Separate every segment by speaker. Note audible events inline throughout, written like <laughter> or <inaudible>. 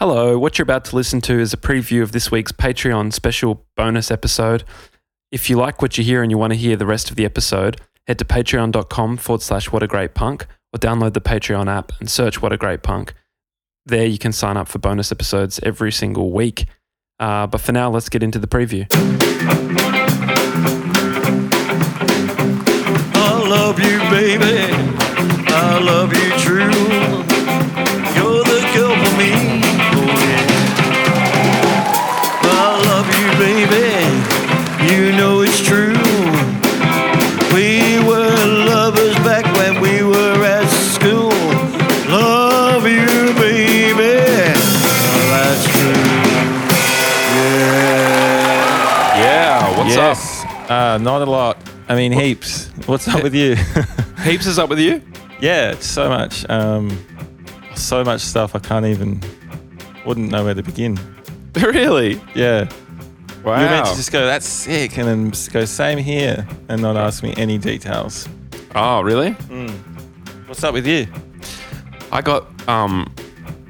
Speaker 1: Hello, what you're about to listen to is a preview of this week's Patreon special bonus episode. If you like what you hear and you want to hear the rest of the episode, head to patreon.com forward slash what a great punk or download the Patreon app and search what a great punk. There you can sign up for bonus episodes every single week. Uh, but for now, let's get into the preview.
Speaker 2: I love you, baby. I love you, true. You're the girl for me. Oh, yeah. I love you, baby. You know it's true. We were lovers back when we were at school. Love you, baby. Well, that's true. Yeah.
Speaker 3: Yeah, what's
Speaker 4: yes. Uh, not a lot. I mean, heaps. What's up with you? <laughs>
Speaker 3: up? Heaps is up with you. <laughs>
Speaker 4: yeah, it's so much. Um, so much stuff I can't even, wouldn't know where to begin.
Speaker 3: really?
Speaker 4: Yeah.
Speaker 3: Wow.
Speaker 4: You're meant to just go, that's sick, and then just go, same here, and not ask me any details.
Speaker 3: oh, really?
Speaker 4: What's up with you?
Speaker 3: I got um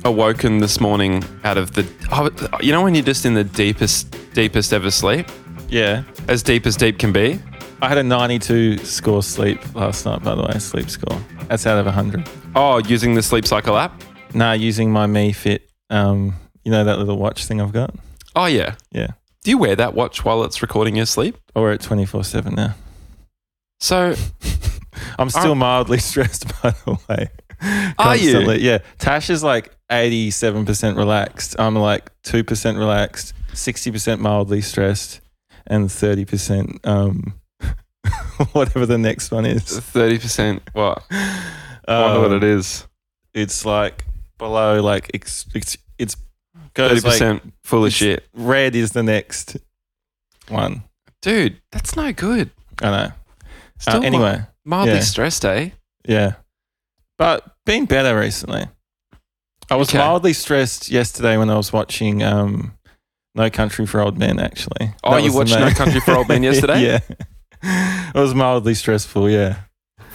Speaker 3: awoken this morning out of the. I was- You know when you're just in the deepest, deepest ever sleep,
Speaker 4: Yeah.
Speaker 3: as deep as deep can be.
Speaker 4: I had a 92 score sleep last night, by the way, sleep score. That's out of 100.
Speaker 3: Oh, using the sleep cycle app.
Speaker 4: Nah, using my Me Fit, um, you know, that little watch thing I've got?
Speaker 3: Oh yeah.
Speaker 4: Yeah.
Speaker 3: Do you wear that watch while it's recording your sleep?
Speaker 4: Oh, we're at 24 7 now.
Speaker 3: So
Speaker 4: I'm still
Speaker 3: Are-
Speaker 4: mildly <laughs> stressed, by the way.
Speaker 3: Are you?
Speaker 4: Constantly. Yeah. Tash is like 87% relaxed. I'm like 2% relaxed, 60% mildly stressed, and 30% um, <laughs> whatever the next one is.
Speaker 3: thirty percent. What? I
Speaker 4: Um,
Speaker 3: wonder what it is.
Speaker 4: It's like below, like, it's, it's, Um, it's
Speaker 3: Thirty
Speaker 4: goes like
Speaker 3: percent full of
Speaker 4: it's-
Speaker 3: shit,
Speaker 4: red is the next one.
Speaker 3: dude. That's no good.
Speaker 4: I know. Uh,
Speaker 3: Still
Speaker 4: anyway,
Speaker 3: mildly
Speaker 4: yeah.
Speaker 3: stressed, eh?
Speaker 4: yeah. But been better recently.
Speaker 3: I
Speaker 4: was mildly stressed yesterday when I was watching um, No Country for Old Men. Actually,
Speaker 3: Oh,
Speaker 4: That
Speaker 3: you
Speaker 4: was
Speaker 3: watched
Speaker 4: the <laughs>
Speaker 3: No
Speaker 4: main-
Speaker 3: Country for Old Men yesterday?
Speaker 4: yeah, <laughs> it was mildly stressful. Yeah,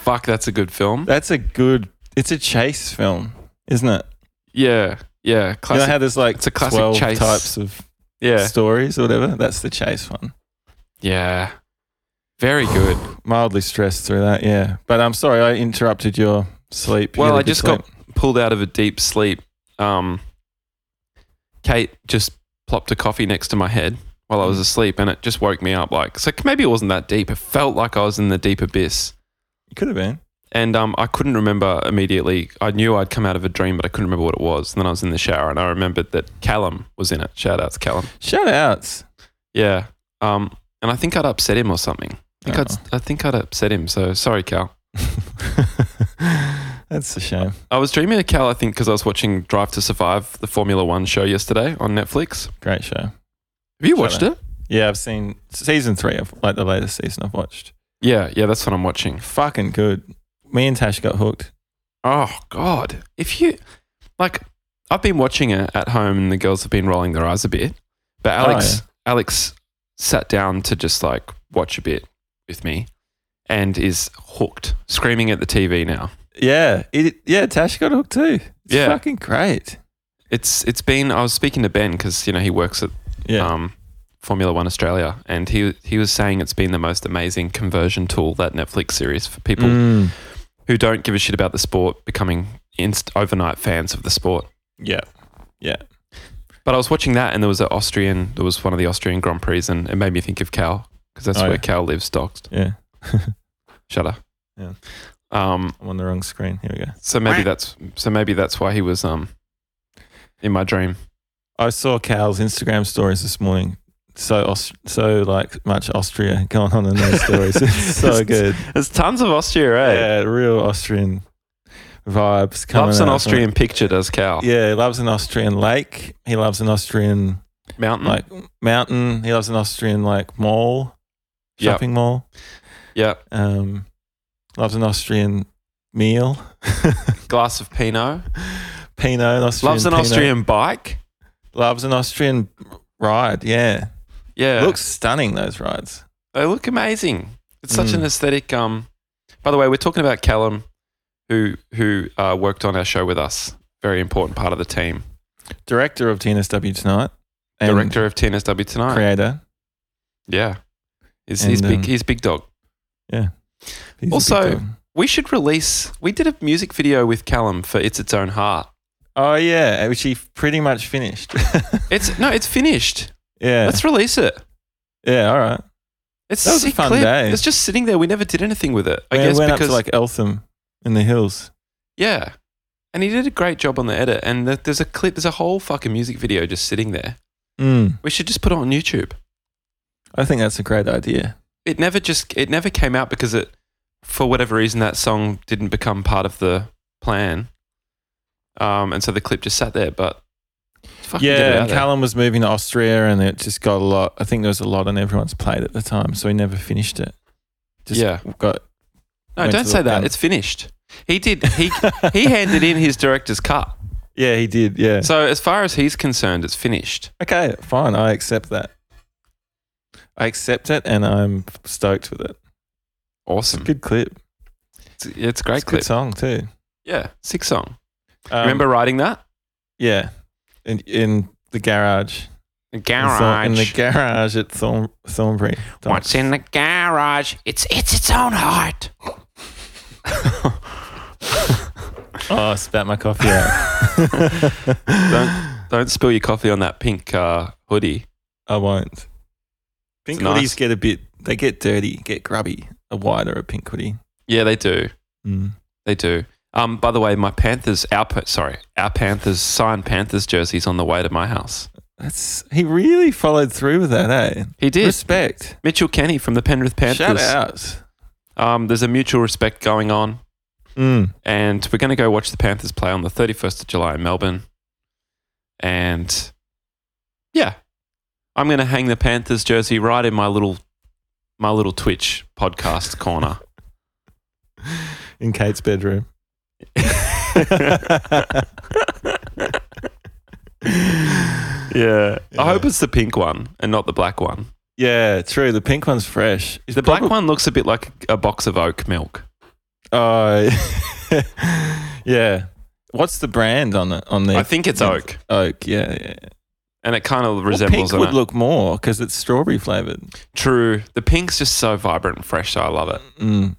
Speaker 3: Fuck, that's a good film.
Speaker 4: that's a good. It's a chase film, isn't it?
Speaker 3: Yeah, yeah,
Speaker 4: You know
Speaker 3: classic.
Speaker 4: how there's like
Speaker 3: It's a classic
Speaker 4: twelve
Speaker 3: chase.
Speaker 4: types of
Speaker 3: yeah,
Speaker 4: stories or whatever. That's the chase one.
Speaker 3: yeah, very good.
Speaker 4: Mildly stressed through that. Yeah, but I'm sorry I interrupted your sleep. You
Speaker 3: Well,
Speaker 4: had a
Speaker 3: I
Speaker 4: good
Speaker 3: just
Speaker 4: sleep.
Speaker 3: got pulled out of a deep sleep. Um, Kate just plopped a coffee next to my head while I was asleep, and it just woke me up. Like, so maybe it wasn't that deep. It felt like I was in the deep abyss,
Speaker 4: You could have been.
Speaker 3: and um, I couldn't remember immediately. I knew I'd come out of a dream, but I couldn't remember what it was. And then I was in the shower, and I remembered that Callum was in it. Shout out to Callum.
Speaker 4: Shout outs.
Speaker 3: Yeah. Um, and I think I'd upset him or something. I think,
Speaker 4: Oh.
Speaker 3: I'd, I think I'd upset him. So sorry, Cal.
Speaker 4: <laughs> That's a shame.
Speaker 3: I was dreaming of Cal, I think, because I was watching Drive to Survive, the Formula One show yesterday on Netflix.
Speaker 4: Great show.
Speaker 3: Have you
Speaker 4: Shut
Speaker 3: watched
Speaker 4: up.
Speaker 3: it?
Speaker 4: Yeah, I've seen season three of like the latest season I've watched.
Speaker 3: Yeah, yeah, that's what I'm watching.
Speaker 4: Fucking good. Me and Tash got hooked.
Speaker 3: Oh God, if you like, I've been watching it at home, and the girls have been rolling their eyes a bit. But
Speaker 4: Oh,
Speaker 3: Alex, Alex sat down to just like watch a bit with me, and is hooked, screaming at the TV now.
Speaker 4: Yeah, it, yeah. Tash got hooked too. It's
Speaker 3: Yeah.
Speaker 4: fucking great.
Speaker 3: It's it's been. I was speaking to Ben because you know he works at
Speaker 4: Yeah,
Speaker 3: um, Formula One Australia, and he he was saying it's been the most amazing conversion tool that Netflix series for people
Speaker 4: Mm.
Speaker 3: who don't give a shit about the sport becoming inst- overnight fans of the sport.
Speaker 4: yeah, yeah.
Speaker 3: But I was watching that, and there was an Austrian, there was one of the Austrian Grand Prix, and it made me think of Cal because that's
Speaker 4: Oh,
Speaker 3: where
Speaker 4: yeah.
Speaker 3: Cal lives, doxed.
Speaker 4: Yeah,
Speaker 3: Shudder.
Speaker 4: Yeah.
Speaker 3: Um.
Speaker 4: I'm on the wrong screen. Here we go.
Speaker 3: So maybe that's so maybe that's why he was um in my dream.
Speaker 4: I saw Cal's Instagram stories this morning. So Aus- so like much Austria <laughs> going on in those stories. It's
Speaker 3: <laughs>
Speaker 4: so good.
Speaker 3: There's tons of Austria, eh?
Speaker 4: Yeah, real Austrian vibes coming.
Speaker 3: Loves an
Speaker 4: out from it.
Speaker 3: Austrian picture, does Cal?
Speaker 4: Yeah, he loves an Austrian lake. He loves an Austrian
Speaker 3: Mountain.
Speaker 4: like mountain. He loves an Austrian like mall,
Speaker 3: Yep.
Speaker 4: shopping mall.
Speaker 3: yeah.
Speaker 4: Um, loves an Austrian meal, <laughs>
Speaker 3: Glass of Pinot.
Speaker 4: Pinot. An Austrian
Speaker 3: Loves an
Speaker 4: Pinot.
Speaker 3: Austrian bike.
Speaker 4: Loves an Austrian ride. Yeah,
Speaker 3: Yeah.
Speaker 4: looks stunning. Those rides.
Speaker 3: they look amazing. It's such an
Speaker 4: Mm.
Speaker 3: aesthetic. Um, by the way, we're talking about Callum, who who uh, worked on our show with us. Very important part of the team.
Speaker 4: Director of TNSW tonight. and
Speaker 3: Director of TNSW tonight.
Speaker 4: Creator.
Speaker 3: Yeah. He's,
Speaker 4: And,
Speaker 3: he's big
Speaker 4: um,
Speaker 3: he's big dog.
Speaker 4: He's a
Speaker 3: Also-
Speaker 4: big dog.
Speaker 3: We should release we did a music video with Callum for It's Its Own Heart.
Speaker 4: Oh yeah, which he pretty much finished. <laughs>
Speaker 3: It's no, it's finished.
Speaker 4: yeah.
Speaker 3: Let's release it.
Speaker 4: yeah. All right.
Speaker 3: It's
Speaker 4: That was a
Speaker 3: sick
Speaker 4: fun
Speaker 3: clip.
Speaker 4: day.
Speaker 3: It's just sitting there. We never did anything with it. I
Speaker 4: We
Speaker 3: guess
Speaker 4: went
Speaker 3: because
Speaker 4: up to like Eltham in the hills.
Speaker 3: yeah, and he did a great job on the edit. And th there's a clip. There's a whole fucking music video just sitting there.
Speaker 4: Mm.
Speaker 3: We should just put it on YouTube.
Speaker 4: I think that's a great idea.
Speaker 3: It never just it never came out because it for whatever reason that song didn't become part of the plan. Um, and so the clip just sat there. But fucking get it
Speaker 4: yeah,
Speaker 3: out
Speaker 4: and
Speaker 3: there.
Speaker 4: Callum was moving to Austria, and it just got a lot. I think there was a lot on everyone's plate at the time, so he never finished it. Just
Speaker 3: Yeah.
Speaker 4: got
Speaker 3: no,
Speaker 4: went
Speaker 3: don't
Speaker 4: to
Speaker 3: say
Speaker 4: the-
Speaker 3: that. It's finished. He did.
Speaker 4: <laughs>
Speaker 3: He he handed in his director's cut.
Speaker 4: yeah, he did. Yeah.
Speaker 3: So as far as he's concerned, it's finished.
Speaker 4: okay, fine. I accept that. I accept it, and I'm stoked with it.
Speaker 3: Awesome.
Speaker 4: Good clip.
Speaker 3: It's, it's a great
Speaker 4: It's a
Speaker 3: clip.
Speaker 4: Good song too.
Speaker 3: Yeah, sick song.
Speaker 4: Um,
Speaker 3: Remember writing that?
Speaker 4: Yeah, in in the garage. In Thor- In the garage at Thorn Thornbury. Thorn-
Speaker 3: What's in the garage? It's it's its own
Speaker 4: <laughs>
Speaker 3: heart.
Speaker 4: Oh, I spat my coffee out.
Speaker 3: don't don't spill your coffee on that pink uh, hoodie.
Speaker 4: I won't. Pink
Speaker 3: It's nice.
Speaker 4: hoodies get a bit. They get dirty. Get grubby. A white or a pink hoodie.
Speaker 3: Yeah, they do.
Speaker 4: Mm.
Speaker 3: They do. Um, by the way, my Panthers, our pa- sorry, our Panthers signed Panthers jerseys on the way to my house.
Speaker 4: That's he really followed through with that, eh?
Speaker 3: He did.
Speaker 4: Respect.
Speaker 3: Mitchell Kenny from the Penrith
Speaker 4: Shout
Speaker 3: Panthers.
Speaker 4: out.
Speaker 3: Um, there's a mutual respect going on.
Speaker 4: Mm.
Speaker 3: and we're going to go watch the Panthers play on the 31st of July in Melbourne. And yeah, I'm going to hang the Panthers jersey right in my little my little Twitch podcast corner.
Speaker 4: In Kate's <laughs> bedroom.
Speaker 3: Yeah.
Speaker 4: Yeah.
Speaker 3: I hope it's the pink one and not the black one.
Speaker 4: Yeah, true. The pink one's fresh. It's
Speaker 3: The black
Speaker 4: probab-
Speaker 3: one looks a bit like a box of oat milk.
Speaker 4: Oh, <laughs> yeah. What's the brand on it? On the
Speaker 3: I think it's
Speaker 4: Yeah.
Speaker 3: oak,
Speaker 4: oak. Yeah, yeah.
Speaker 3: and it kind of
Speaker 4: Well,
Speaker 3: resembles
Speaker 4: pink would
Speaker 3: an oak.
Speaker 4: look more because it's strawberry flavored.
Speaker 3: True. The pink's just so vibrant and fresh, so I love it.
Speaker 4: Mm.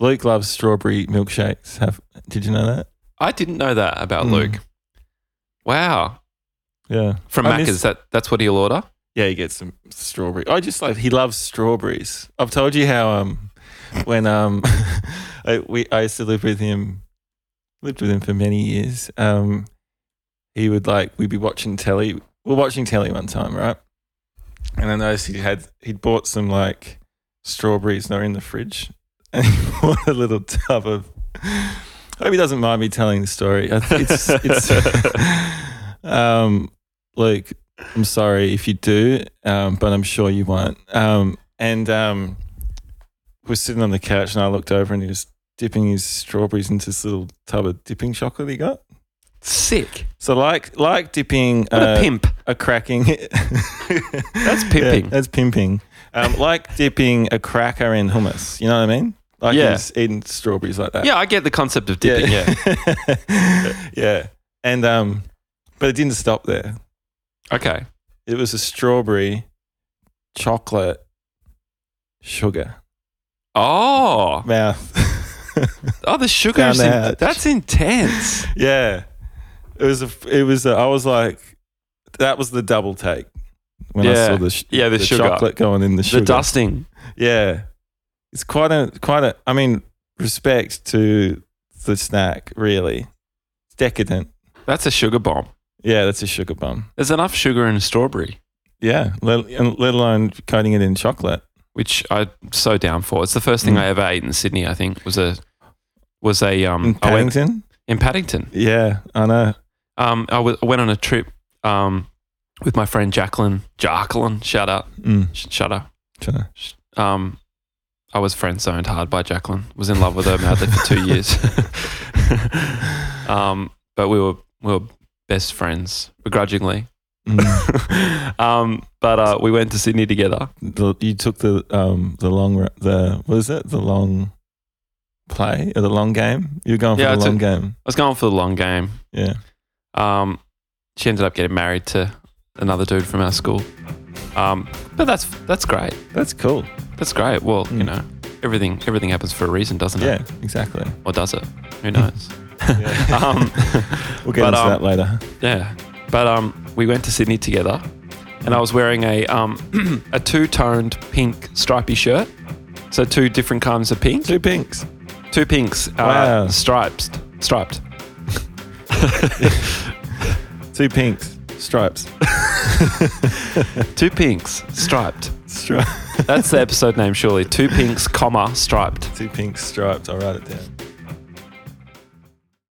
Speaker 4: Luke loves strawberry milkshakes. Have did you know that?
Speaker 3: I didn't know that about
Speaker 4: Mm.
Speaker 3: Luke. Wow.
Speaker 4: Yeah,
Speaker 3: From
Speaker 4: I
Speaker 3: Mac,
Speaker 4: miss-
Speaker 3: is that that's what he'll order?
Speaker 4: yeah. He gets some strawberry. I just like he loves strawberries. I've told you how um when um <laughs> I we I used to live with him, lived with him for many years. Um, he would like we'd be watching telly. We are watching telly one time, right? And I noticed he had he'd bought some like strawberries and they're in the fridge, <laughs> and he bought a little tub of. I hope he doesn't mind me telling the story. I- It's it's. um, Luke, I'm sorry if you do, um, but I'm sure you won't. Um, and um, we're sitting on the couch, and I looked over, and he was dipping his strawberries into this little tub of dipping chocolate he got.
Speaker 3: Sick.
Speaker 4: So like like dipping
Speaker 3: What
Speaker 4: uh,
Speaker 3: a pimp.
Speaker 4: a cracking. <laughs> that's
Speaker 3: pimping.
Speaker 4: that's pimping. Um, like dipping a cracker in hummus. You know what I mean? Like
Speaker 3: Yeah.
Speaker 4: he's eating strawberries like that.
Speaker 3: Yeah, I get the concept of dipping. Yeah.
Speaker 4: yeah. <laughs> yeah. And um, but it didn't stop there.
Speaker 3: Okay.
Speaker 4: It was a strawberry, chocolate, sugar
Speaker 3: Oh,
Speaker 4: <laughs> mouth.
Speaker 3: oh, the sugar.
Speaker 4: Down
Speaker 3: is
Speaker 4: the
Speaker 3: in-
Speaker 4: hatch.
Speaker 3: that's
Speaker 4: <laughs>
Speaker 3: intense.
Speaker 4: Yeah. It was a, it was a, I was like that was the double take when I
Speaker 3: Yeah.
Speaker 4: saw the sh-
Speaker 3: Yeah, the sugar.
Speaker 4: chocolate going in the sugar.
Speaker 3: The dusting.
Speaker 4: Yeah. It's quite a quite a I mean respect to the snack really. It's decadent.
Speaker 3: That's a sugar bomb.
Speaker 4: Yeah, that's a sugar bomb.
Speaker 3: There's enough sugar in a strawberry,
Speaker 4: Yeah, let, and let alone coating it in chocolate.
Speaker 3: which I'm so down for. It's the first thing
Speaker 4: Mm.
Speaker 3: I ever ate in Sydney. I think was a was a um.
Speaker 4: in
Speaker 3: I went
Speaker 4: Paddington?
Speaker 3: in Paddington.
Speaker 4: yeah, I know.
Speaker 3: Um, I, w- I went on a trip um with my friend Jacqueline. Jacqueline, shout out,
Speaker 4: Mm,
Speaker 3: sh- shut up.
Speaker 4: tryna-
Speaker 3: Um, I was friend zoned hard by Jacqueline. Was in love with her. Married her for two years. <laughs> um, but we were we were best friends, begrudgingly. <laughs>
Speaker 4: mm.
Speaker 3: um, but uh, we went to Sydney together.
Speaker 4: the, you took the um the long ru- the what is it the long play or the long game? You're going for
Speaker 3: Yeah,
Speaker 4: the
Speaker 3: I
Speaker 4: long game.
Speaker 3: I was going for the long game.
Speaker 4: Yeah.
Speaker 3: Um, she ended up getting married to another dude from our school. Um, but that's that's great.
Speaker 4: That's cool.
Speaker 3: That's great. Well, you
Speaker 4: Mm.
Speaker 3: know, everything everything happens for a reason, doesn't it?
Speaker 4: Yeah,
Speaker 3: <laughs>
Speaker 4: exactly.
Speaker 3: Or does it? Who
Speaker 4: <laughs>
Speaker 3: knows?
Speaker 4: Yeah.
Speaker 3: um,
Speaker 4: We'll get
Speaker 3: But,
Speaker 4: into
Speaker 3: um,
Speaker 4: that later.
Speaker 3: yeah. But um, we went to Sydney together, and I was wearing a um, <clears throat> a two toned pink stripy shirt. So two different kinds of pink.
Speaker 4: Two pinks.
Speaker 3: Two pinks, uh,
Speaker 4: Wow.
Speaker 3: stripes, striped.
Speaker 4: Two pinks.
Speaker 3: <laughs>
Speaker 4: Stripes.
Speaker 3: Two pinks, striped.
Speaker 4: Stri-
Speaker 3: That's the episode name, surely. Two pinks, comma, striped.
Speaker 4: two pinks stripes. I'll write it down.